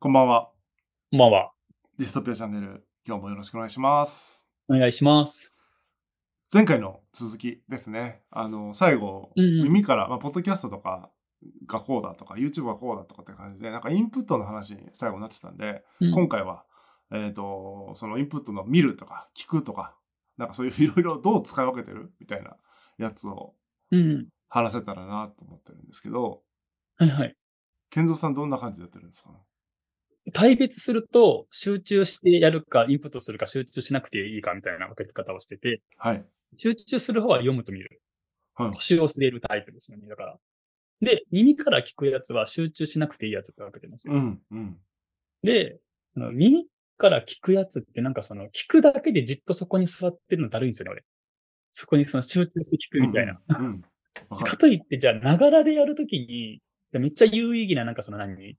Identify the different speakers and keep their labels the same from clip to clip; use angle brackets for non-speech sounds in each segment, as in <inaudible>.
Speaker 1: こんばんは。
Speaker 2: こんばんは。
Speaker 1: ディストピアチャンネル、今日もよろしくお願いします。
Speaker 2: お願いします。
Speaker 1: 前回の続きですね。あの、最後、
Speaker 2: うんうん
Speaker 1: 耳から、まあ、ポッドキャストとかがこうだとか、YouTube がこうだとかって感じで、なんかインプットの話に最後なってたんで、
Speaker 2: うん
Speaker 1: 今回は、えっ、と、そのインプットの見るとか、聞くとか、なんかそういういろいろどう使い分けてるみたいなやつを
Speaker 2: うん。
Speaker 1: 話せたらなと思ってるんですけど、
Speaker 2: はいはい。
Speaker 1: 健三さんどんな感じでやってるんですか
Speaker 2: 対別すると、集中してやるか、インプットするか、集中しなくていいかみたいな分け方をしてて、
Speaker 1: はい。
Speaker 2: 集中する方は読むと見る。
Speaker 1: はい
Speaker 2: 腰を据えるタイプですよね。だから。で、耳から聞くやつは集中しなくていいやつって分けてますよ。
Speaker 1: うん、うん。
Speaker 2: で、その耳から聞くやつってなんかその、聞くだけでじっとそこに座ってるのだるいんですよね、俺。そこにその集中して聞くみたいな。
Speaker 1: うん。うん。わか
Speaker 2: か <laughs>
Speaker 1: る。
Speaker 2: といって、じゃあ、ながらでやるときに、めっちゃ有意義な、なんかその何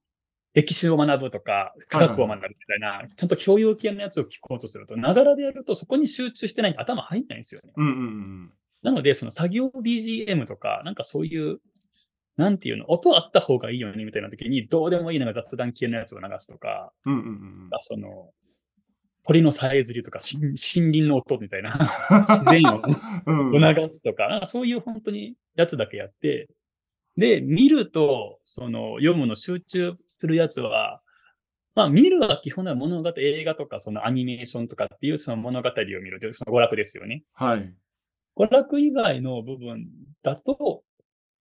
Speaker 2: 歴史を学ぶとか、科学を学ぶみたいな、ちゃんと教養系のやつを聞こうとすると、ながらでやるとそこに集中してないんで頭入んないんですよね。
Speaker 1: うん、うん、うん。
Speaker 2: なので、その作業 BGM とか、なんかそういう、なんていうの、音あった方がいいよねみたいなときに、どうでもいいなんか雑談系のやつを流すとか、
Speaker 1: うん、うん、うん。
Speaker 2: あその、鳥のさえずりとか、森森林の音みたいな、自然音。
Speaker 1: うん。
Speaker 2: 促すとか、なんかそういう本当にやつだけやって、で、見ると、その、読むの集中するやつは、まあ、見るは基本は物語、映画とか、そのアニメーションとかっていうその物語を見るという、その娯楽ですよね。
Speaker 1: はい。
Speaker 2: 娯楽以外の部分だと、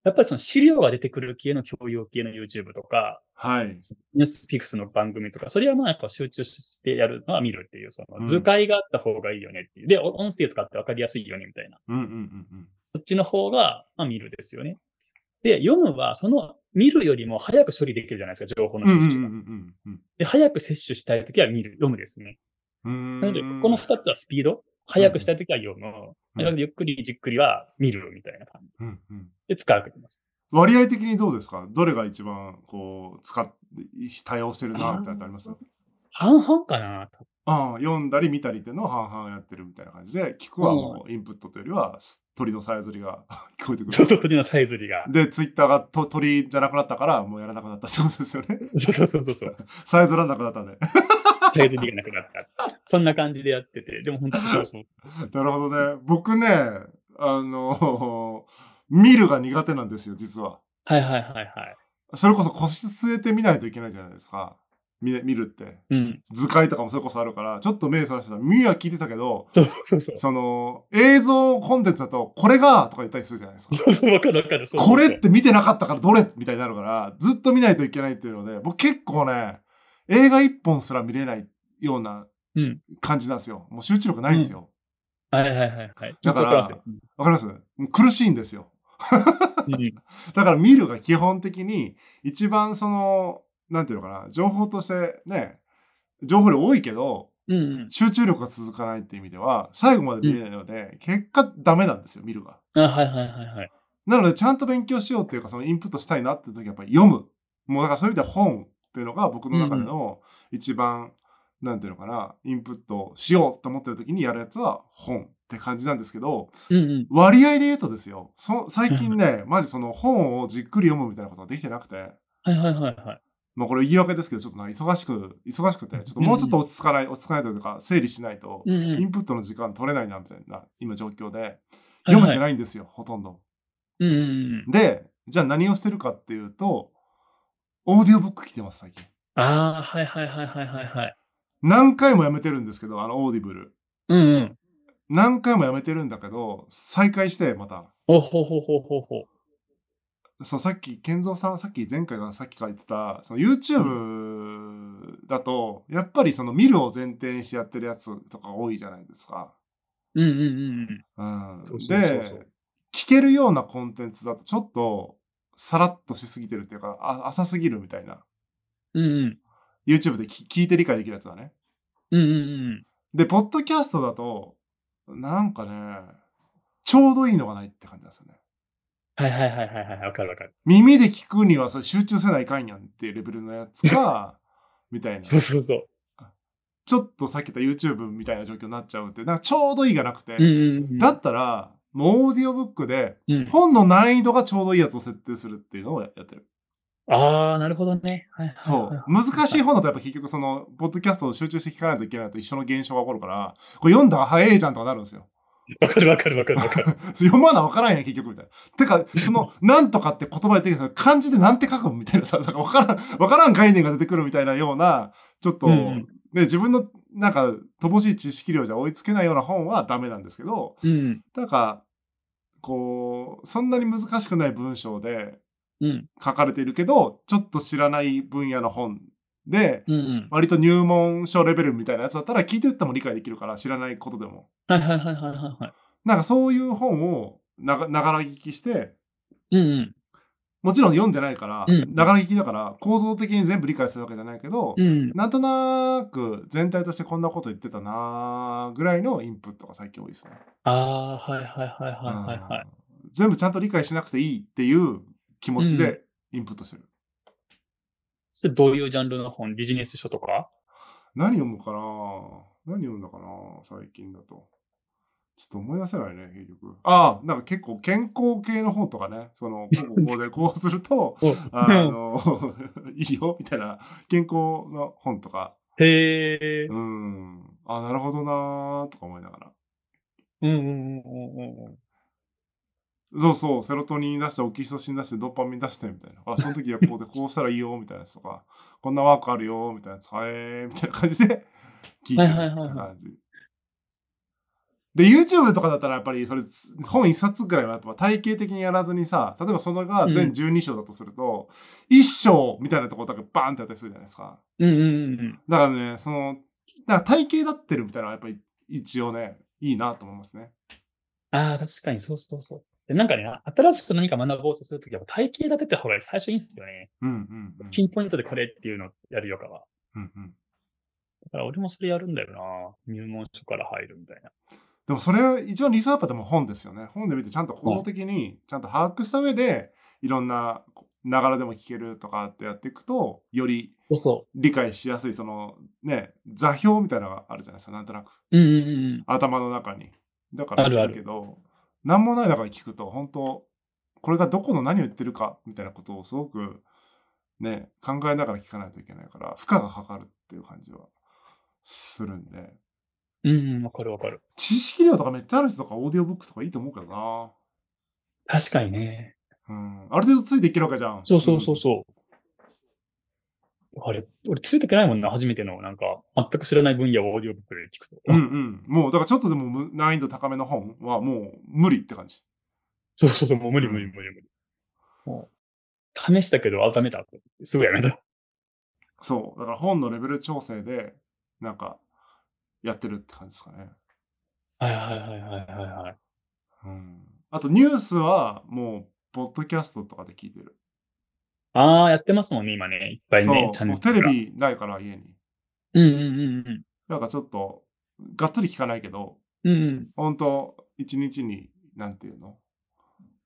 Speaker 2: やっぱりその資料が出てくる系の教養系の YouTube とか、
Speaker 1: はい。
Speaker 2: ニュースピックスの番組とか、それはまあやっぱ集中してやるのは見るっていう、そ
Speaker 1: うん
Speaker 2: の図解があった方がいいよねっていう。で、音声とかってわかりやすいよねみたいな。
Speaker 1: うんうんうん
Speaker 2: そっちの方が、まあ、見るですよね。で、読むは、その、見るよりも早く処理できるじゃないですか、情報
Speaker 1: う
Speaker 2: の
Speaker 1: ん。うん
Speaker 2: 摂
Speaker 1: うん
Speaker 2: 取が。
Speaker 1: うん
Speaker 2: で、早く摂取したいときは見る、読むですね。
Speaker 1: うん。
Speaker 2: なので、この2つはスピード、早くしたいときは読む、ゆっくりじっくりは見るみたいな感じ
Speaker 1: うんうん
Speaker 2: で使われてます。
Speaker 1: 割合的にどうですかどれが一番こう使っ対応してるなみたいなのってあります
Speaker 2: 半々かなと
Speaker 1: ああ読んだり見たりっていうのを半々やってるみたいな感じで聞くはもうインプットというよりは鳥のさえずりが聞こえてく
Speaker 2: ちょっ
Speaker 1: る。
Speaker 2: と鳥のさえ
Speaker 1: <laughs>
Speaker 2: ずりが。
Speaker 1: でツイッターがと鳥じゃなくなったからもうやらなくなったってことですよね。
Speaker 2: そうそうそうそうそう。
Speaker 1: さえずらなくなったね。
Speaker 2: さえずりがなくなった。そんな感じでやってて、でも本当にそうそう。
Speaker 1: なるほどね。僕ねあの見るが苦手なんですよ実は。
Speaker 2: はいはいはいはい。
Speaker 1: それこそ腰据えて見ないといけないじゃないですか。見見るって。
Speaker 2: うん。
Speaker 1: 図解とかもそれこそあるから、ちょっと目そらしたら、耳は聞いてたけど、
Speaker 2: そうそうそう。
Speaker 1: その、映像コンテンツだと、これがとか言ったりするじゃないですか。
Speaker 2: <laughs> そうそう、わかるわかる。そうそうそ
Speaker 1: こ
Speaker 2: う
Speaker 1: れって見てなかったからどれみたいになるから、ずっと見ないといけないっていうので、僕結構ね、映画一本すら見れないような
Speaker 2: うん
Speaker 1: 感じなんですよ。もう集中力ないんですよ。
Speaker 2: はいはいはいはい。
Speaker 1: だから
Speaker 2: 緊張しますよ
Speaker 1: わ、かりますもう苦しいんですよ。
Speaker 2: うん
Speaker 1: だから見るが基本的に一番その、なんていうのかな、情報としてね、情報量多いけど、
Speaker 2: うんうん。
Speaker 1: 集中力が続かないっていう意味では、最後まで見れないので、結果ダメなんですよ、見るが。
Speaker 2: あ、はいはいはいはい。
Speaker 1: なので、ちゃんと勉強しようっていうか、そのインプットしたいなっていう時はやっぱり読む。もうだからそういう意味では本っていうのが僕の中での一番、なんていうのかな、インプットしようと思ってる時にやるやつは本って感じなんですけど、
Speaker 2: うんうん。
Speaker 1: 割合で言うとですよ、そ最近ね、マジその本をじっくり読むみたいなことができてなくて、
Speaker 2: はいはいはいはい。
Speaker 1: まあこれ言い訳ですけど、ちょっとな、忙しく、忙しくて、ちょっともうちょっと落ち着かない、落ち着かないというか、整理しないと、
Speaker 2: うん
Speaker 1: イ
Speaker 2: うん。
Speaker 1: ンプットの時間取れないなみたいな今状況で読めて
Speaker 2: はいはい
Speaker 1: ないんですよ、ほとんど。
Speaker 2: うんうんうん。
Speaker 1: でじゃあ何をしてるかっていうとオーディオブック聞いてます最近。
Speaker 2: ああ、はいはいはいはいはいはい。
Speaker 1: 何回もやめてるんですけどあのオーディブル。
Speaker 2: うんうん。
Speaker 1: 何回もやめてるんだけど再開してまた。
Speaker 2: おほほほほほ。
Speaker 1: そうさっき健三さんさっき前回がさっきから言ってたその YouTube だとやっぱりその見るを前提にしてやってるやつとか多いじゃないですか。
Speaker 2: うんうんうん
Speaker 1: うん
Speaker 2: そうそうそうそう
Speaker 1: で聞けるようなコンテンツだとちょっとさらっとしすぎてるっていうかあ浅すぎるみたいな
Speaker 2: うん。うんうん。
Speaker 1: YouTube で聞聞いて理解できるやつはね
Speaker 2: うんうん
Speaker 1: でポッドキャストだとなんかねちょうどいいのがないって感じなんですよね
Speaker 2: うん。はいはいはいはいはい。わかるわかる。
Speaker 1: 耳で聞くにはそれ集中せないかんやんっていうレベルのやつ
Speaker 2: <laughs>
Speaker 1: かみたいな
Speaker 2: そうそうそう。
Speaker 1: ちょっとさっき言った YouTube みたいな状況になっちゃうっていうなんかちょうどいいがなくて、
Speaker 2: うんうんうん。
Speaker 1: だったらもうオーディオブックで
Speaker 2: うん。
Speaker 1: 本の難易度がちょうどいいやつを設定するっていうのをややってる
Speaker 2: ああ、なるほどね。はいはいはい
Speaker 1: そう。難しい方だとやっぱ結局その、ポッドキャストを集中して聞かないといけないと一緒の現象が起こるから、これ読んだら早いじゃんとかなるんですよ。 <laughs>
Speaker 2: わかるわかるわかるわかる。
Speaker 1: 読まなわからんやん、結局みたいな。てか、そ
Speaker 2: <laughs>
Speaker 1: の、なんとかって言葉で出てくる漢字でなんて書くみたいなさ、なんかわからん、わからん概念が出てくるみたいなような、ちょっと、
Speaker 2: うん
Speaker 1: ね、自分の、なんか、乏しい知識量じゃ追いつけないような本はダメなんですけど、
Speaker 2: うん。
Speaker 1: なんか、こう、そんなに難しくない文章で
Speaker 2: うん。
Speaker 1: 書かれているけど、ちょっと知らない分野の本で、
Speaker 2: うん。うん。
Speaker 1: 割と入門書レベルみたいなやつだったら聞いてっても理解できるから、知らないことでも。
Speaker 2: はいはいはいはいはいは
Speaker 1: なんかそういう本をながながら聞きして、
Speaker 2: い。うん
Speaker 1: もちろん読んでないから、
Speaker 2: うん
Speaker 1: ながら聞きだから構造的に全部理解するわけじゃないけど、
Speaker 2: うん。うん。
Speaker 1: なんとなく全体としてこんなこと言ってたなーぐらいのインプットが最近多いですね。
Speaker 2: ああ、はいはいはいはいはいはい。
Speaker 1: うん全部ちゃんと理解しなくていいっていう気持ちでインプットしてる。
Speaker 2: それどういうジャンルの本ビジネス書とか
Speaker 1: 何読むかな何読んだかな最近だと。ちょっと思い出せないね、結局。ああ、なんか結構健康系の本とかね、その、こうこうでこうすると、
Speaker 2: お
Speaker 1: あの、 <laughs> いいよ、みたいな健康の本とか、
Speaker 2: へえ。
Speaker 1: うん。あ、なるほどなーとか思いながら。
Speaker 2: うんうんうんうんうん。
Speaker 1: そうそう、セロトニン出して、オキシトシン出して、ドーパミン出して、みたいな。あ、その時は
Speaker 2: <laughs>
Speaker 1: こうで、こうしたらいいよ、みたいなやつとか、こんなワークあるよ、みたいなやつ、はえー、みたいな感じで、聞いてる
Speaker 2: はいはいはいはい
Speaker 1: って感じ。で、YouTube とかだったら、やっぱり、それ、本一冊ぐらいは、やっぱ体系的にやらずにさ、例えばそのが全12章だとすると、1章みたいなところだけバーンってやったりするじゃないですか。
Speaker 2: うんうんうん。
Speaker 1: だからね、その、なんか体系立ってるみたいなのは、やっぱり、一応ね、いいなと思いますね。
Speaker 2: ああ、確かに、そうそうそう。でなんかね、新しく何か学ぼうとするときは、体系立てた方が最初いいんですよね。
Speaker 1: うんうんうん。
Speaker 2: ピンポイントでこれっていうのをやるよりかは。
Speaker 1: うんうん
Speaker 2: だから俺もそれやるんだよな。入門書から入るみたいな。
Speaker 1: でもそれ一番理想はやっぱでも本ですよね。本で見てちゃんと構造的にちゃんと把握した上でいろんなながらでも聞けるとかってやっていくとより
Speaker 2: そうそ
Speaker 1: 理解しやすいそのね座標みたいなのがあるじゃないですかなんとなく
Speaker 2: う。うんうんうん。
Speaker 1: 頭の中に。だから
Speaker 2: あるある
Speaker 1: けど何もない中に聞くと本当これがどこの何を言ってるかみたいなことをすごくね考えながら聞かないといけないから負荷がかかるっていう感じはするんで。
Speaker 2: うんうん、わかるわかる。
Speaker 1: 知識量とかめっちゃある人とかオーディオブックとかいいと思うけどな。
Speaker 2: 確かにね。
Speaker 1: うんある程度ついていけるわけじゃん。
Speaker 2: そうそうそうそう。あれ、俺ついてけないもんな、初めての、なんか、全く知らない分野をオーディオブックで聞くと。
Speaker 1: うん。うんうん。もう、だからちょっとでもむ難易度高めの本はもう無理って感じ。
Speaker 2: <laughs> そうそうそう、もう無理無理無理無理。もう、試したけど、あ、ダメだ。すぐやめた。
Speaker 1: そう。だから本のレベル調整で、なんか、やってるって感じですかね。
Speaker 2: はいはいはいはいはいはい。
Speaker 1: うん。あとニュースはもう、ポッドキャストとかで聞いてる。
Speaker 2: ああ、やってますもんね、今ね。いっぱい
Speaker 1: そう。
Speaker 2: ね、チャンネ
Speaker 1: も
Speaker 2: ル
Speaker 1: うテ
Speaker 2: が。
Speaker 1: レビないから家に。
Speaker 2: うんうんうん
Speaker 1: なんかちょっと、がっつり聞かないけど、
Speaker 2: うん。うんうん。
Speaker 1: ほんと、一日に、なんていうの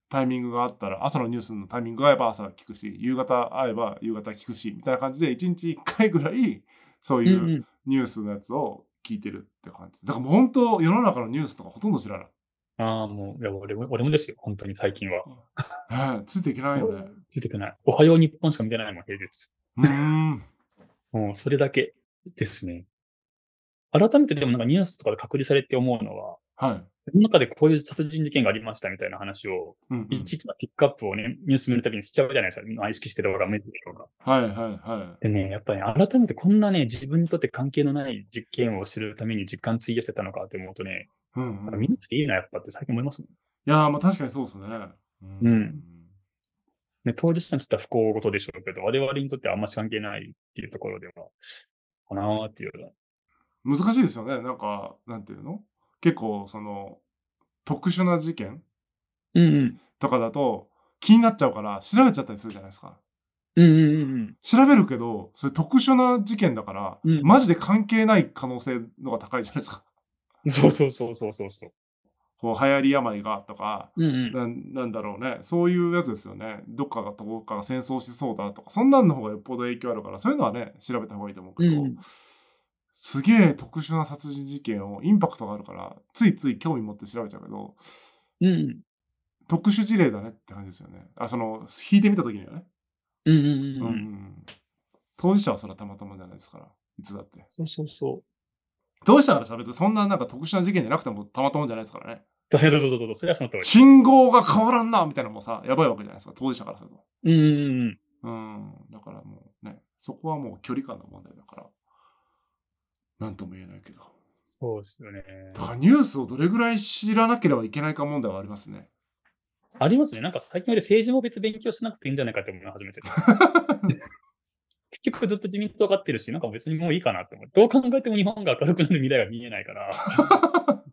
Speaker 1: タイミングがあったら、朝のニュースのタイミングが合えば朝聞くし、夕方合えば夕方聞くし、みたいな感じで、一日一回ぐらい、そう
Speaker 2: うん、
Speaker 1: いうううんニュースのやつを聞いてるって感じ。だからもう本当、世の中のニュースとかほとんど知らない。
Speaker 2: ああ、もう、いや、俺も、俺もですよ、本当に最近は。
Speaker 1: ねえついていけないよね。
Speaker 2: 出てくない。おはよう日本しか見てないもん、平日。
Speaker 1: うーん。
Speaker 2: もう、それだけですね。改めてでもなんかニュースとかで隔離されて思うのは、
Speaker 1: はい。
Speaker 2: 世の中でこういう殺人事件がありましたみたいな話を、
Speaker 1: うんうん
Speaker 2: いちいちピックアップをね、ニュース見るたびにしちゃうじゃないですか。みんな意識してる方が、見てる方が。
Speaker 1: はいはいは
Speaker 2: でね、やっぱり、ね、改めてこんなね、自分にとって関係のない実験をするために時間費やしてたのかって思うとね、
Speaker 1: い。うんうん、
Speaker 2: 見
Speaker 1: い
Speaker 2: なくていいな、やっぱって最近思いますもん。
Speaker 1: やー、まあ確かにそうですね。うん
Speaker 2: うんね、当事者にとっては不幸事でしょうけど、我々にとってはあんまし関係ないっていうところでは、かなーっていうよ
Speaker 1: 難しいですよね。なんか、なんていうの結構、その、特殊な事件
Speaker 2: うな。うん
Speaker 1: とかだと気になっちゃうから調べちゃったりするじゃないですか。
Speaker 2: うん。うんうんうん
Speaker 1: 調べるけど、それ特殊な事件だから、
Speaker 2: うん
Speaker 1: マジで関係ない可能性のが高いじゃないですか。 <laughs>
Speaker 2: うん。そうそうそうそうそうそう。
Speaker 1: こう流行り病がとか、
Speaker 2: うんうん。
Speaker 1: なんなんだろうね。そういうやつですよね。どっかがどこかが戦争しそうだとか、そんなんの方がよっぽど影響あるから、そういうのはね、調べた方がいいと思うけど、
Speaker 2: うん
Speaker 1: すげえ特殊な殺人事件をインパクトがあるから、ついつい興味持って調べちゃうけど、
Speaker 2: うん。
Speaker 1: 特殊事例だねって感じですよね。あ、その、引いてみた時にはね。
Speaker 2: うんう
Speaker 1: う
Speaker 2: ん
Speaker 1: ん
Speaker 2: うん。
Speaker 1: う
Speaker 2: うん、
Speaker 1: ん当事者はそれはたまたまじゃないですから、いつだって。
Speaker 2: そうそうそう。
Speaker 1: 当事者からさ、別にそんななんか特殊な事件じゃなくてもたまたまじゃないですからね。
Speaker 2: そうそうそうそう。それはその通
Speaker 1: 信号が変わらんなみたいなのもさ、やばいわけじゃないですか、当事者からすると。
Speaker 2: り。うんうんうん。
Speaker 1: うん、だからもうね、そこはもう距離感の問題だから、なんとも言えないけど。
Speaker 2: そうですよね。
Speaker 1: だからニュースをどれぐらい知らなければいけないか問題はありますね。
Speaker 2: ありますね。なんか最近より政治も別に勉強しなくていいんじゃないかって思い始 <laughs> めてる。結局ずっと自民党勝ってるし、なんか別にもういいかなって思う。どう考えても日本が明るくなる未来が見えない <laughs> から。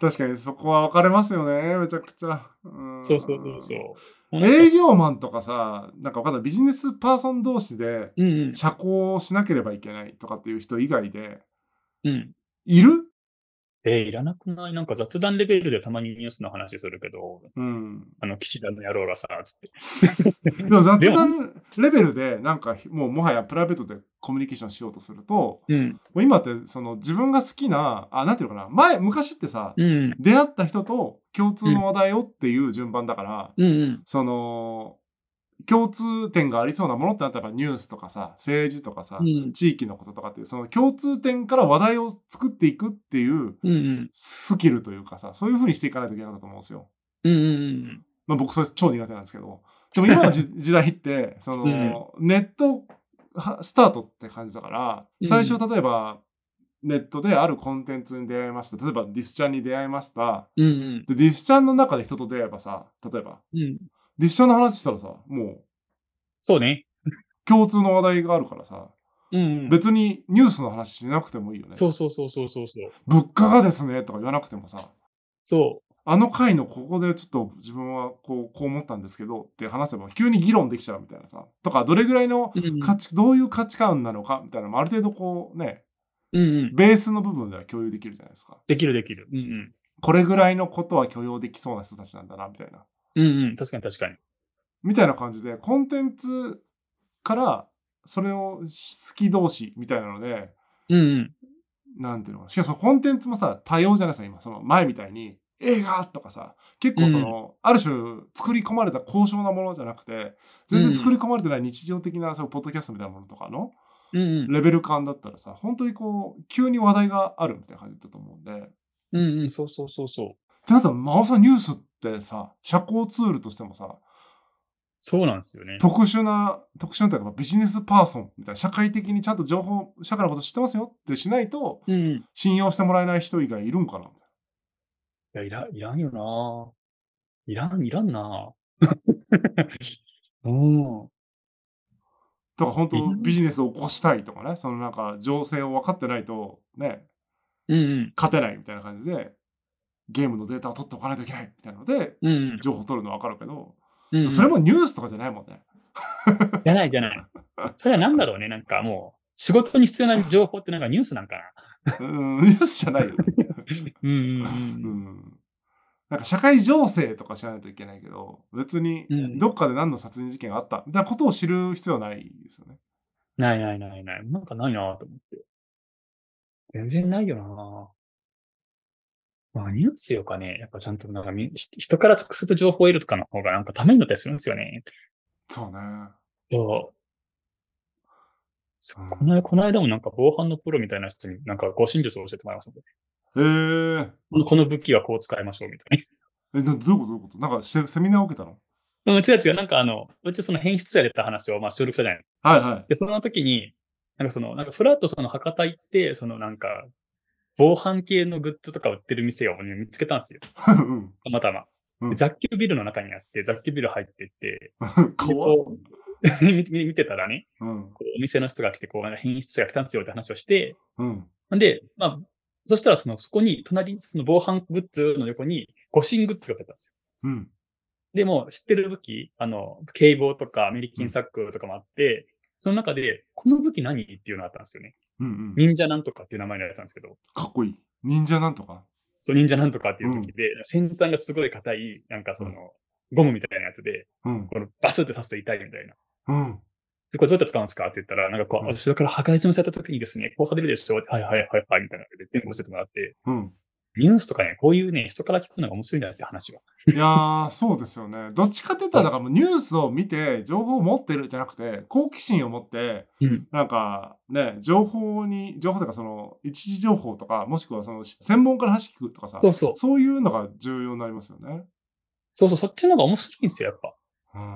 Speaker 1: 確かにそこは分かれますよね、めちゃくちゃ。うん
Speaker 2: そうそうそうそう。もうなんか
Speaker 1: 営業マンとかさ、なんかわかんない、ビジネスパーソン同士で
Speaker 2: うんうん。
Speaker 1: 社交をしなければいけないとかっていう人以外で、
Speaker 2: うん。
Speaker 1: いる
Speaker 2: えーいらなくないなんか雑談レベルでたまにニュースの話するけど、 <laughs>
Speaker 1: うん。
Speaker 2: あの、岸田の野郎がさ、つって。
Speaker 1: でも雑談レベルで、なんかもうもはやプライベートでコミュニケーションしようとすると、
Speaker 2: うん。
Speaker 1: もう今ってその自分が好きな、あ、なんていうのかな、前、昔ってさ、
Speaker 2: うん。
Speaker 1: 出会った人と共通の話題をっていう順番だから、
Speaker 2: うんうん。
Speaker 1: その、共通点がありそうなものってなったらやっぱニュースとかさ、政治とかさ、
Speaker 2: うん。
Speaker 1: 地域のこととかっていう、その共通点から話題を作っていくっていう
Speaker 2: うんうん。
Speaker 1: スキルというかさ、そういう風にしていかないといけないんだと思うんですよ。
Speaker 2: うんうん。
Speaker 1: まあ僕それ超苦手なんですけど。でも今の
Speaker 2: <laughs>
Speaker 1: じ時代って、その、ネットはスタートって感じだから、
Speaker 2: うん
Speaker 1: 最初例えば、ネットであるコンテンツに出会いました。例えばディスチャンに出会いました。
Speaker 2: うんうん。
Speaker 1: で、ディスチャンの中で人と出会えばさ、例えば、
Speaker 2: うん。
Speaker 1: ディスチャンの話したらさ、もう
Speaker 2: そうね。
Speaker 1: 共通の話題があるからさ、
Speaker 2: うん、うん。
Speaker 1: 別にニュースの話しなくてもいいよね。
Speaker 2: そうそうそうそうそうそう。
Speaker 1: 物価がですねとか言わなくてもさ、
Speaker 2: そ
Speaker 1: あの回のここでちょっと自分はこうこう思ったんですけどって話せば急に議論できちゃうみたいなさ、とかどれぐらいの
Speaker 2: う。うん
Speaker 1: 価値、どういう価値観なのかみたいなのもある程度こうね、
Speaker 2: うんうん。
Speaker 1: ベースの部分では共有できるじゃないですか。
Speaker 2: できるできる。うん
Speaker 1: これぐらいのことは許容できそうな人たちなんだなみたいな。
Speaker 2: うん。うんうん。確かに確かに。
Speaker 1: みたいな感じで、コンテンツからそれを好き同士みたいなので、
Speaker 2: うんうん。
Speaker 1: なんていうのかなしかもそのコンテンツもさ多様じゃないですか今その前みたいに映画とかさ結構その、ある種作り込まれた高尚なものじゃなくて全然作り込まれてない日常的なそのポッドキャストみたいなものとかの
Speaker 2: うんうん。
Speaker 1: レベル感だったらさ本当にこう急に話題があるみたいな感じだと思うんでで
Speaker 2: うんうん。そうそうそうそう。
Speaker 1: あと真央さんニュースってさ社交ツールとしてもさ
Speaker 2: そうなんですよね。
Speaker 1: 特殊な特殊なというかビジネスパーソンみたいな社会的にちゃんと情報社会のこと知ってますよってしないと
Speaker 2: うんうん。い
Speaker 1: 信用してもらえない人以外いるんかな
Speaker 2: や、いら、いらんよないらん、いらん <laughs> なうん。
Speaker 1: とか本当
Speaker 2: うん
Speaker 1: ビジネスを起こしたいとかねそのなんか情勢を分かってないとね
Speaker 2: うんうん。
Speaker 1: 勝てないみたいな感じでゲームのデータを取っておかないといけないみたいなので
Speaker 2: うんうん
Speaker 1: 情報取るの分かるけど、
Speaker 2: うんうん。
Speaker 1: それもニュースとかじゃないもんね
Speaker 2: じゃないじゃない。それは何だろうね。なんかもう、仕事に必要な情報ってなんかニュースなんかな。
Speaker 1: うんニュースじゃないよね、
Speaker 2: うんうんう。
Speaker 1: うんん、なんか社会情勢とか知らないといけないけど別に
Speaker 2: うん
Speaker 1: どっかで何の殺人事件があったみたいなことを知る必要はないですよね
Speaker 2: ないないないない。なんかないなと思って。全然ないよなまあニュースよかね。やっぱちゃんとなんかみひ人から直接情報を得るとかの方がなんかためになったりするんですよね。
Speaker 1: そうね
Speaker 2: そう。そうこのこの間もなんか防犯のプロみたいな人になんか護身術を教えてもらいました、
Speaker 1: えー、
Speaker 2: このこの武器はこう使いましょうみたいな。
Speaker 1: えなどういうことどういうことなんかセセミナーを受けたの
Speaker 2: うん、違う違う。なんか <laughs> あの、うちその変質者でやった話をまあ収録したじゃない
Speaker 1: はいはい
Speaker 2: で、その時に、なんかその、なんかフラットその博多行って、そのなんか、防犯系のグッズとか売ってる店をね見つけたんですよ。
Speaker 1: <laughs> うん
Speaker 2: たまたま。
Speaker 1: うん
Speaker 2: で雑居ビルの中にあって、雑居ビル入ってって、
Speaker 1: 怖っ
Speaker 2: でこう <laughs> 見て見てたらね、
Speaker 1: うん
Speaker 2: こうお店の人が来て、こう、なんか変質者が来たんですよって話をして、
Speaker 1: うん
Speaker 2: んで、まあ、そしたらその、そこに、隣にその防犯グッズの横に、護身グッズが売ってたんですよ。
Speaker 1: うん
Speaker 2: でも、知ってる武器、あの、警棒とかアメリキンサックとかもあって、その中で、この武器何っていうのがあったんですよね。
Speaker 1: うんうん
Speaker 2: 忍者なんとかっていう名前のやつなんですけど、
Speaker 1: かっこいい。忍者なんとか。
Speaker 2: そう、忍者なんとかっていう時で、先端がすごい硬い、なんかその、ゴムみたいなやつで、
Speaker 1: うん。
Speaker 2: このバスって刺すと痛いみたいな。
Speaker 1: うん。
Speaker 2: で、これどうやって使うんですかって言ったら、なんかこう、
Speaker 1: うん
Speaker 2: <laughs> 後ろから破壊詰めされた時にですね、こうされるでしょはいはいはいはい、みたいなので、全部教えてもらって、
Speaker 1: うん。
Speaker 2: ニュースとかね、こういうね、人から聞くのが面白いんだよって話は。
Speaker 1: いやー、そうですよね。どっちかって言ったら、だからもうニュースを見て、情報を持ってるじゃなくて、好奇心を持って、
Speaker 2: うん。
Speaker 1: なんかね、情報に、情報とかその、一時情報とか、もしくはその、専門家の話聞くとかさ、
Speaker 2: そうそう。
Speaker 1: そういうのが重要になりますよね。
Speaker 2: そうそう、そっちの方が面白いんですよ、やっぱ。
Speaker 1: うん。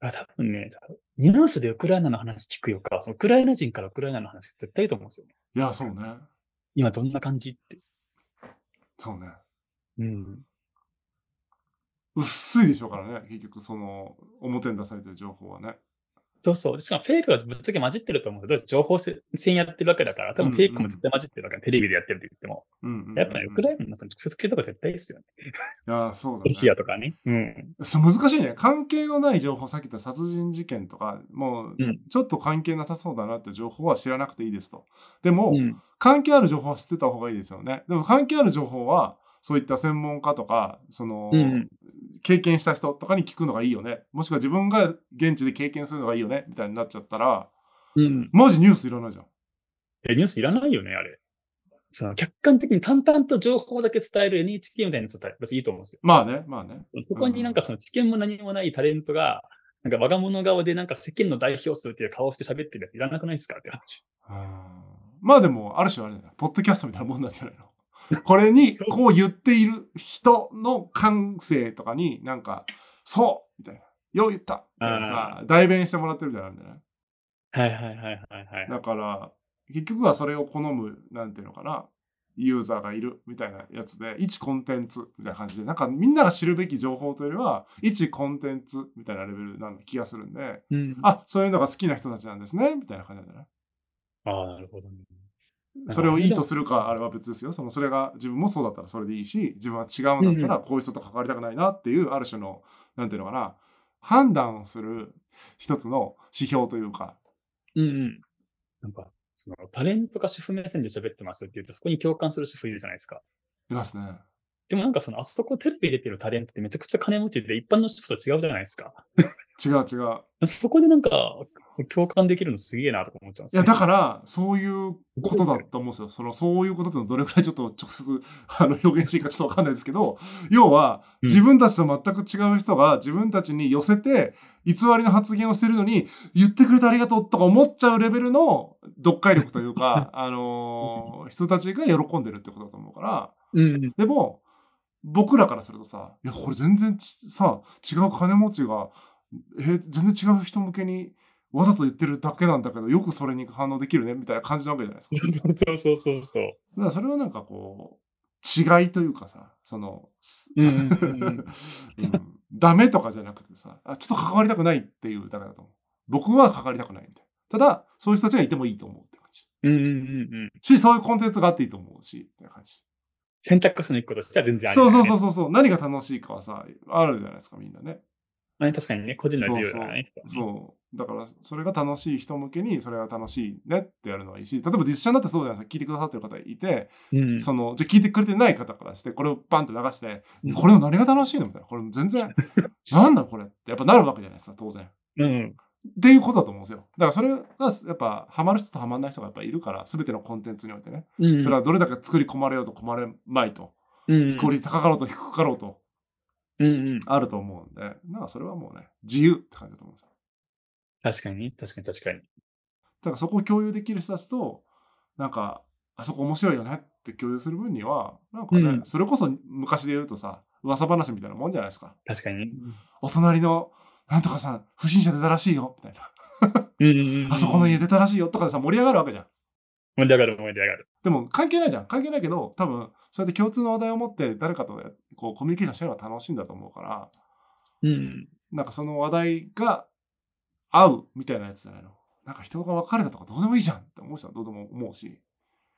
Speaker 2: あ多分ね、多分ニュースでウクライナの話聞くよか、そのウクライナ人からウクライナの話絶対いいと思うんですよね。
Speaker 1: いや、そうね。
Speaker 2: 今どんな感じって。
Speaker 1: そうね。
Speaker 2: うん。
Speaker 1: 薄いでしょうからね、結局、その、表に出されてる情報はね。
Speaker 2: そうそう。しかもフェイクはぶっつけ混じってると思うんですよ。情報戦やってるわけだから、多分フェイクも絶対混じってるわけ、テレビでやってるって言っても。
Speaker 1: うんうんうんうん、
Speaker 2: やっぱね、ウクラ
Speaker 1: い
Speaker 2: イナの人に直接聞いた方が絶対いいですよね。
Speaker 1: や、そうだ
Speaker 2: ロシ
Speaker 1: ね。
Speaker 2: アとかね。うん。
Speaker 1: そう難しいね。関係のない情報、さっき言った殺人事件とか、もう
Speaker 2: うん、
Speaker 1: ちょっと関係なさそうだなって情報は知らなくていいですと。でも、
Speaker 2: うん。
Speaker 1: 関係ある情報は知ってた方がいいですよね。でも、関係ある情報は、そういった専門家とか、その、
Speaker 2: うん。
Speaker 1: 経験した人とかに聞くのがいいよね。もしくは自分が現地で経験するのがいいよね、みたいになっちゃったら、
Speaker 2: うん。
Speaker 1: マジニュースいらないじゃん。
Speaker 2: え、ニュースいらないよね、あれ。その客観的に淡々と情報だけ伝える NHK みたいなやつだったら別にいいと思うんですよ。
Speaker 1: まあね、まあね。
Speaker 2: そこになんかその知見も何もないタレントが、なんか我が物顔でなんか世間の代表数っていう顔をして喋ってるやついらなくないですかって話。
Speaker 1: うんまあでも、ある種あれだよ。ポッドキャストみたいなもんなんじゃないのこれ
Speaker 2: <laughs>
Speaker 1: に、こう言っている人の感性とかになんか、そうみたいな。よう言ったみたいなさ、代弁してもらってるみたいなんじゃない
Speaker 2: はいはいはいはいはい。
Speaker 1: だから、結局はそれを好む、なんていうのかな、ユーザーがいるみたいなやつで、一コンテンツみたいな感じで、なんかみんなが知るべき情報というよりは、一コンテンツみたいなレベルな気がするんで、
Speaker 2: うん、あ
Speaker 1: あ、そういうのが好きな人たちなんですね、みたいな感じなんだね。
Speaker 2: あ、なるほどね。
Speaker 1: それをいいとするか、あれは別ですよ。そのそれが自分もそうだったらそれでいいし、自分は違うんだったらこういう人と関わりたくないなっていう、ある種の、なんていうのかな、判断をする一つの指標というか、
Speaker 2: うんうん。なんか、そのタレントが主婦目線で喋ってますって言うと、そこに共感する主婦いるじゃないですか。
Speaker 1: いますね。
Speaker 2: でもなんかその、あそこテレビ出てるタレントってめちゃくちゃ金持ちで一般の主婦と違うじゃないですか。 <laughs>
Speaker 1: 違う違う。
Speaker 2: そこでなんか、共感できるのすげえなとか思っちゃうんです
Speaker 1: い
Speaker 2: よ
Speaker 1: や、
Speaker 2: ね、
Speaker 1: だから、そういうことだと思うんですよ。その、そういうことってのはどれくらいちょっと直接 <laughs> あの表現していいかちょっとわかんないですけど、要は、
Speaker 2: うん
Speaker 1: 自分たちと全く違う人が自分たちに寄せて、偽りの発言をしてるのに、言ってくれてありがとうとか思っちゃうレベルの読解力というか、
Speaker 2: <laughs>
Speaker 1: あのー人たちが喜んでるってことだと思うから、
Speaker 2: うん。
Speaker 1: でも、僕らからするとさ、いや、これ全然ちさ、違う金持ちが、えー全然違う人向けにわざと言ってるだけなんだけど、よくそれに反応できるね、みたいな感じなわけじゃないですか。
Speaker 2: そうそうそうそうそう。
Speaker 1: だからそれはなんかこう、違いというかさ、その、す
Speaker 2: うんうん
Speaker 1: <laughs> う
Speaker 2: うんうん
Speaker 1: んダメとかじゃなくてさ、あ、ちょっと関わりたくないっていうだけだと思う。僕は関わりたくないみたいな。ただ、そういう人たちがいてもいいと思うって感じ。
Speaker 2: うんうんうん。
Speaker 1: し、そういうコンテンツがあっていいと思うし、みたいな感じ。
Speaker 2: 選択肢の一個としては全然あり
Speaker 1: そうそう
Speaker 2: う
Speaker 1: そうそうそう。何が楽しいかはさ、あるじゃないですか、みんなね。
Speaker 2: まあね。確かにね、個人の自由だからね。
Speaker 1: そう。だから、それが楽しい人向けに、それが楽しいねってやるのはいいし、例えば実写だってそうじゃないですか。聞いてくださってる方いて、
Speaker 2: うん。
Speaker 1: その、じゃあ聞いてくれてない方からして、これをバンって流して
Speaker 2: うん、
Speaker 1: これの何が楽しいのみたいな。これ全
Speaker 2: <laughs>
Speaker 1: 然、なんなのこれってやっぱなるわけじゃないですか、当然。
Speaker 2: うん。
Speaker 1: っていうことだと思うんですよ。だからそれが、やっぱ、ハマる人とハマらない人がやっぱいるから、全てのコンテンツにおいてね。
Speaker 2: うん。
Speaker 1: それはどれだけ作り込まれようと困れまいと、
Speaker 2: うん。
Speaker 1: クオリティ高かろうと低かろうと、
Speaker 2: うんうん。
Speaker 1: あると思うんで、なんかそれはもうね、自由って感じだと思うんですよ。
Speaker 2: 確かにね、確かに確かに。
Speaker 1: だからそこを共有できる人たちと、なんか、あそこ面白いよねって共有する分には、なんかね、
Speaker 2: うん
Speaker 1: それこそ昔で言うとさ、噂話みたいなもんじゃないですか。
Speaker 2: 確かにね。
Speaker 1: お隣の、なんとかさん、不審者出たらしいよ、みたいな。
Speaker 2: うんうんうん。
Speaker 1: あそこの家出たらしいよとかでさ、盛り上がるわけじゃん。
Speaker 2: 盛り上がる盛り上がる。
Speaker 1: でも関係ないじゃん。関係ないけど、多分、そうやって共通の話題を持って誰かとやこうコミュニケーションしてるのが楽しいんだと思うから、
Speaker 2: うん。
Speaker 1: なんかその話題が合うみたいなやつじゃないの。なんか人が別れたとかどうでもいいじゃんって思う人はどうでも思うし。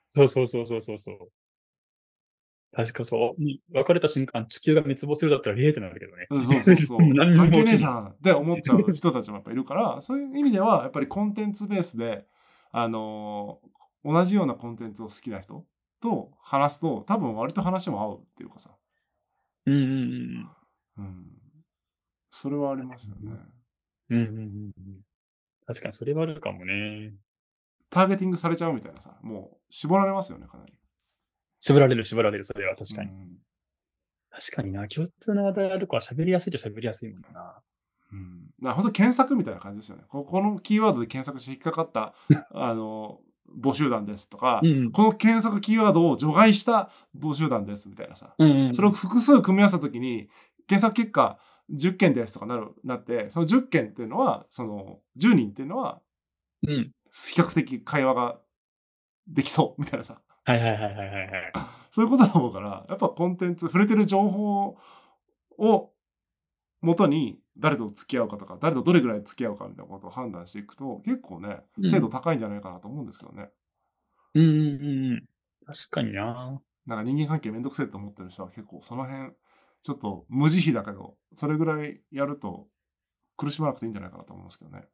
Speaker 2: そうそうそうそうそうそう。確かそう。うん別れた瞬間、地球が滅亡するだったらええってなるけどね。
Speaker 1: うんそうそうそう。
Speaker 2: <laughs> 何にも
Speaker 1: 関係ねえじゃんって思っちゃう人たちもやっぱいるから、
Speaker 2: <laughs>
Speaker 1: そういう意味ではやっぱりコンテンツベースで、あのー同じようなコンテンツを好きな人と話すと多分割と話も合うっていうかさ。
Speaker 2: うんうんうん
Speaker 1: うん。それはありますよね。
Speaker 2: うん。うんうんうんうん。確かにそれはあるかもね。
Speaker 1: ターゲティングされちゃうみたいなさ、もう絞られますよね、かなり。
Speaker 2: 絞られる、絞られる、それは確かに。
Speaker 1: うん
Speaker 2: 確かにな、共通の話題ある子は喋りやすいと喋りやすいもんな。
Speaker 1: うん、な本当検索みたいな感じですよね。ここのキーワードで検索して引っかかった
Speaker 2: <laughs>
Speaker 1: あの募集団ですとか、
Speaker 2: うん。
Speaker 1: この検索キーワードを除外した募集団ですみたいなさ、
Speaker 2: うん、うん。
Speaker 1: それを複数組み合わせた時に検索結果10件ですとかなるなってその10件っていうのはその10人っていうのは
Speaker 2: うん。
Speaker 1: 比較的会話ができそうみたいなさ
Speaker 2: はいはいはいはいはいはい。
Speaker 1: そういうことだと思うからやっぱコンテンツ触れてる情報を元に誰と付き合うかとか誰とどれぐらい付き合うかみたいなことを判断していくと結構ね
Speaker 2: うん
Speaker 1: 精度高いんじゃないかなと思うんですけどね、
Speaker 2: うんうんうんうん。確かにな。
Speaker 1: なんか人間関係めんどくせえと思ってる人は結構その辺ちょっと無慈悲だけどそれぐらいやると苦しまなくていいんじゃないかなと思うんですけどね。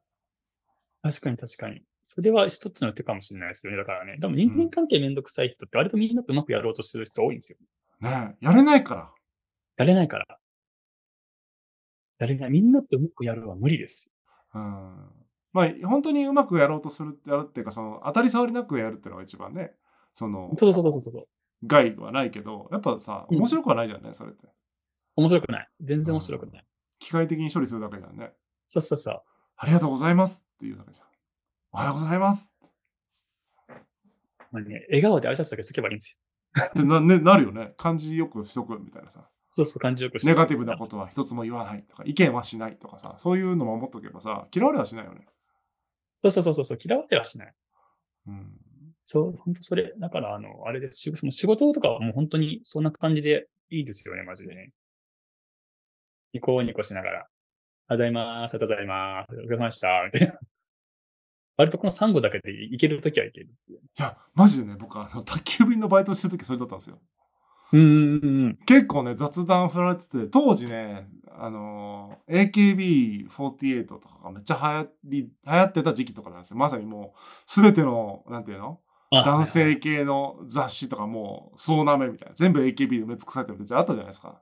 Speaker 2: 確かに確かに。それは一つの手かもしれないですよね。だからね。でも人間関係めんどくさい人って割とみんなとうまくやろうとする人多いんですよ。
Speaker 1: ねえやれないから。
Speaker 2: やれないから。やれない。みんなとうまくやるのは無理です。
Speaker 1: うんまあ本当にうまくやろうとするやるっていうかその当たり障りなくやるっていうのが一番ねその
Speaker 2: そうそうそうそうそう。
Speaker 1: 害はないけどやっぱさ
Speaker 2: うん
Speaker 1: 面白くはないじゃんね、それって
Speaker 2: 面白くない。全然面白くない。
Speaker 1: 機械的に処理するだけじゃんね
Speaker 2: そうそうそう。
Speaker 1: ありがとうございますっていうだけじゃんおはようございます
Speaker 2: まあね、笑顔で挨拶だけしとけばいいんですよ。
Speaker 1: ってな,、ね、なるよね感じよくしとくみたいなさ
Speaker 2: そうそう、感じよくして。
Speaker 1: ネガティブなことは一つも言わないとか、意見はしないとかさ、そういうのも思っとけばさ、嫌われはしないよね。
Speaker 2: と。そうそうそうそう。嫌われはしない。
Speaker 1: うん。
Speaker 2: そう、本当それ。だから、あの、あれです。仕事仕事とかはもう本当にそんな感じでいいですよね、マジでね。ニコニコしながら。あざいます、あざいます、お疲れ様でした、みたいな。割とこの3語だけでいけるときはいける。
Speaker 1: いや、マジでね、僕、あの、宅急便のバイトしてる時それだったんですよ。
Speaker 2: うんうんうん。
Speaker 1: 結構ね、雑談振られてて、当時ね、あのー AKB48 とかがめっちゃ流行り、流行ってた時期とかなんですよ。まさにもう、すべての、なんていうの
Speaker 2: あ
Speaker 1: 男。性系の雑誌とかもう、そうなめみたいな。全部 AKB で埋め尽くされてる時あったじゃないですか。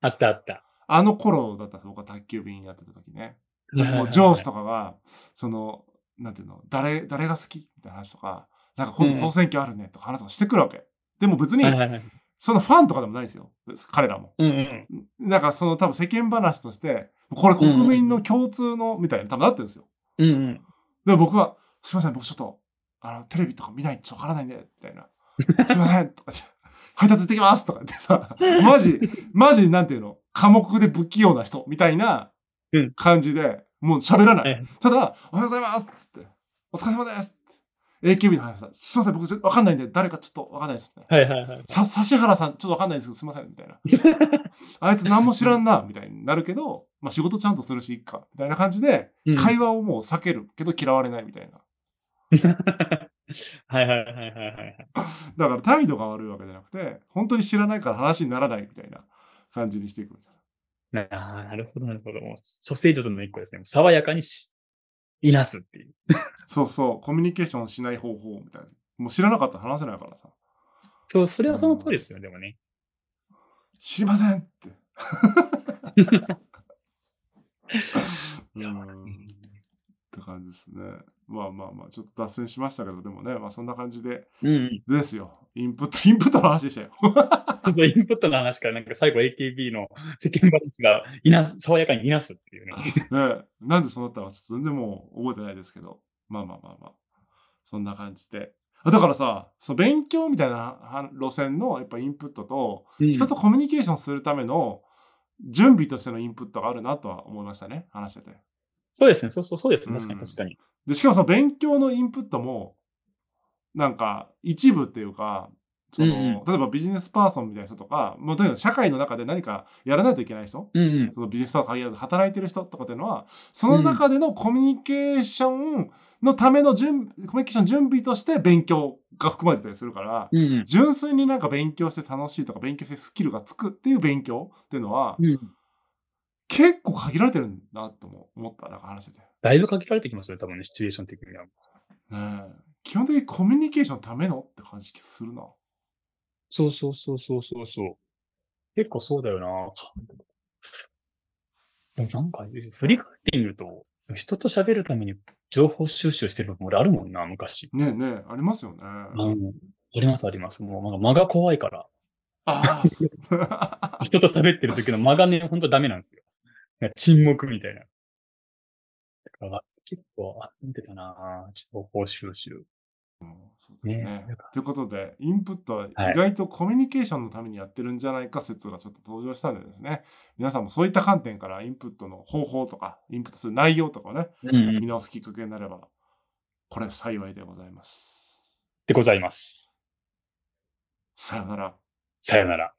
Speaker 2: あったあった。
Speaker 1: あの頃だったんですよ、僕は宅急便やってた時ね。もう
Speaker 2: はい
Speaker 1: 上司とかが、その、なんていうの、誰、誰が好きみたいな話とか、なんか今度総選挙あるねとか話とかしてくるわけ。でも別に
Speaker 2: は、いはいはい。
Speaker 1: そのファンとかでもないですよ。彼らも。
Speaker 2: うんうん。
Speaker 1: なんかその多分世間話として、これ国民の共通の、みたいな、多分なってるんですよ。
Speaker 2: うんうん。
Speaker 1: で、僕は、すいません、僕ちょっと、あの、テレビとか見ないんでちょっとわからないんで、みたいな。すいません、とかって、 <laughs> 配達行ってきますとか言ってさ、マジ、マジなんていうの、科目で不器用な人、みたいな
Speaker 2: うん
Speaker 1: 感じで、もう喋らない。
Speaker 2: はい
Speaker 1: ただ、おはようございますっつって、お疲れ様ですっつって AKB の話だ。すいません、僕ちょっとわかんないんで、誰かちょっとわかんないです、みたいな。
Speaker 2: はいはいはい。
Speaker 1: さ、指原さん、ちょっとわかんないですけど、すいません、みたいな。
Speaker 2: <laughs>
Speaker 1: あいつ何も知らんな、みたいになるけど、まあ仕事ちゃんとするし、いっか、みたいな感じで、
Speaker 2: うんはい
Speaker 1: 会話をもう避けるけど嫌われないみたいな。
Speaker 2: <laughs> はいはいはいはいはい。
Speaker 1: だから態度が悪いわけじゃなくて、本当に知らないから話にならないみたいな感じにしていくみたい
Speaker 2: なあーなるほど、なるほど。もう、諸生術の一個ですね。爽やかにし、いなすっていう。
Speaker 1: な。そうそう、コミュニケーションしない方法みたいな。もう知らなかったら話せないからさ。
Speaker 2: そう、それはその通りですよ、でもね。
Speaker 1: 知りません
Speaker 2: <laughs>
Speaker 1: って。う
Speaker 2: そうん
Speaker 1: って感じですね。まあまあまあ、ちょっと脱線しましたけど、でもね、まあそんな感じで、
Speaker 2: うん。
Speaker 1: ですよ。インプット、インプットの話でしたよ。
Speaker 2: そう、インプットの話から、なんか最後 AKB の世間話が、いな、爽やかにいなすっていうね。
Speaker 1: ね、なんでそうなったのかちょっと全然もう覚えてないですけど、まあまあまあまあ、そんな感じで。あだからさ、その勉強みたいなは路線のやっぱインプットと、
Speaker 2: うん
Speaker 1: 人とコミュニケーションするための準備としてのインプットがあるなとは思いましたね、話してて。
Speaker 2: そうですね、そうそう、そうです
Speaker 1: うん
Speaker 2: ね、確かに確かに。
Speaker 1: で、しかもその勉強のインプットも、なんか一部っていうか、その
Speaker 2: うん
Speaker 1: 例えばビジネスパーソンみたいな人とか、もうとにかく社会の中で何かやらないといけない人、
Speaker 2: うんうん。
Speaker 1: そのビジネスパート限らず働いてる人とかっていうのは、その中でのコミュニケーションのための準、コミュニケーション準備として勉強が含まれてたりするから、
Speaker 2: うんうん。
Speaker 1: 純粋になんか勉強して楽しいとか勉強してスキルがつくっていう勉強っていうのは、
Speaker 2: うん、
Speaker 1: 結構限られてるんだとも思った、なんか話してて。
Speaker 2: だいぶ限られてきますよ、多分ね、シチュエーション的には。
Speaker 1: ねえ基本的にコミュニケーションのためのって感じするな。
Speaker 2: そうそうそうそうそうそう。結構そうだよな。でもなんか、振り返ってみると、人と喋るために情報収集してるのも俺あるもんな、昔。
Speaker 1: ねえねえ、ありますよね。
Speaker 2: あの、ありますあります。もうなんか間が怖いから。 <laughs>
Speaker 1: ああ、そう。
Speaker 2: 人と喋ってる時の間がね、ほんとダメなんですよ。なんか沈黙みたいな。だから結構集めてたなぁ情報収集。
Speaker 1: そうですね
Speaker 2: ねだから
Speaker 1: ということで、インプットは意外とコミュニケーションのためにやってるんじゃないか説がちょっと登場したのでですね、皆さんもそういった観点からインプットの方法とか、インプットする内容とかをね、
Speaker 2: うんうん。
Speaker 1: 見直すきっかけになれば、これ幸いでございます。
Speaker 2: でございます。
Speaker 1: さよなら。
Speaker 2: さよなら。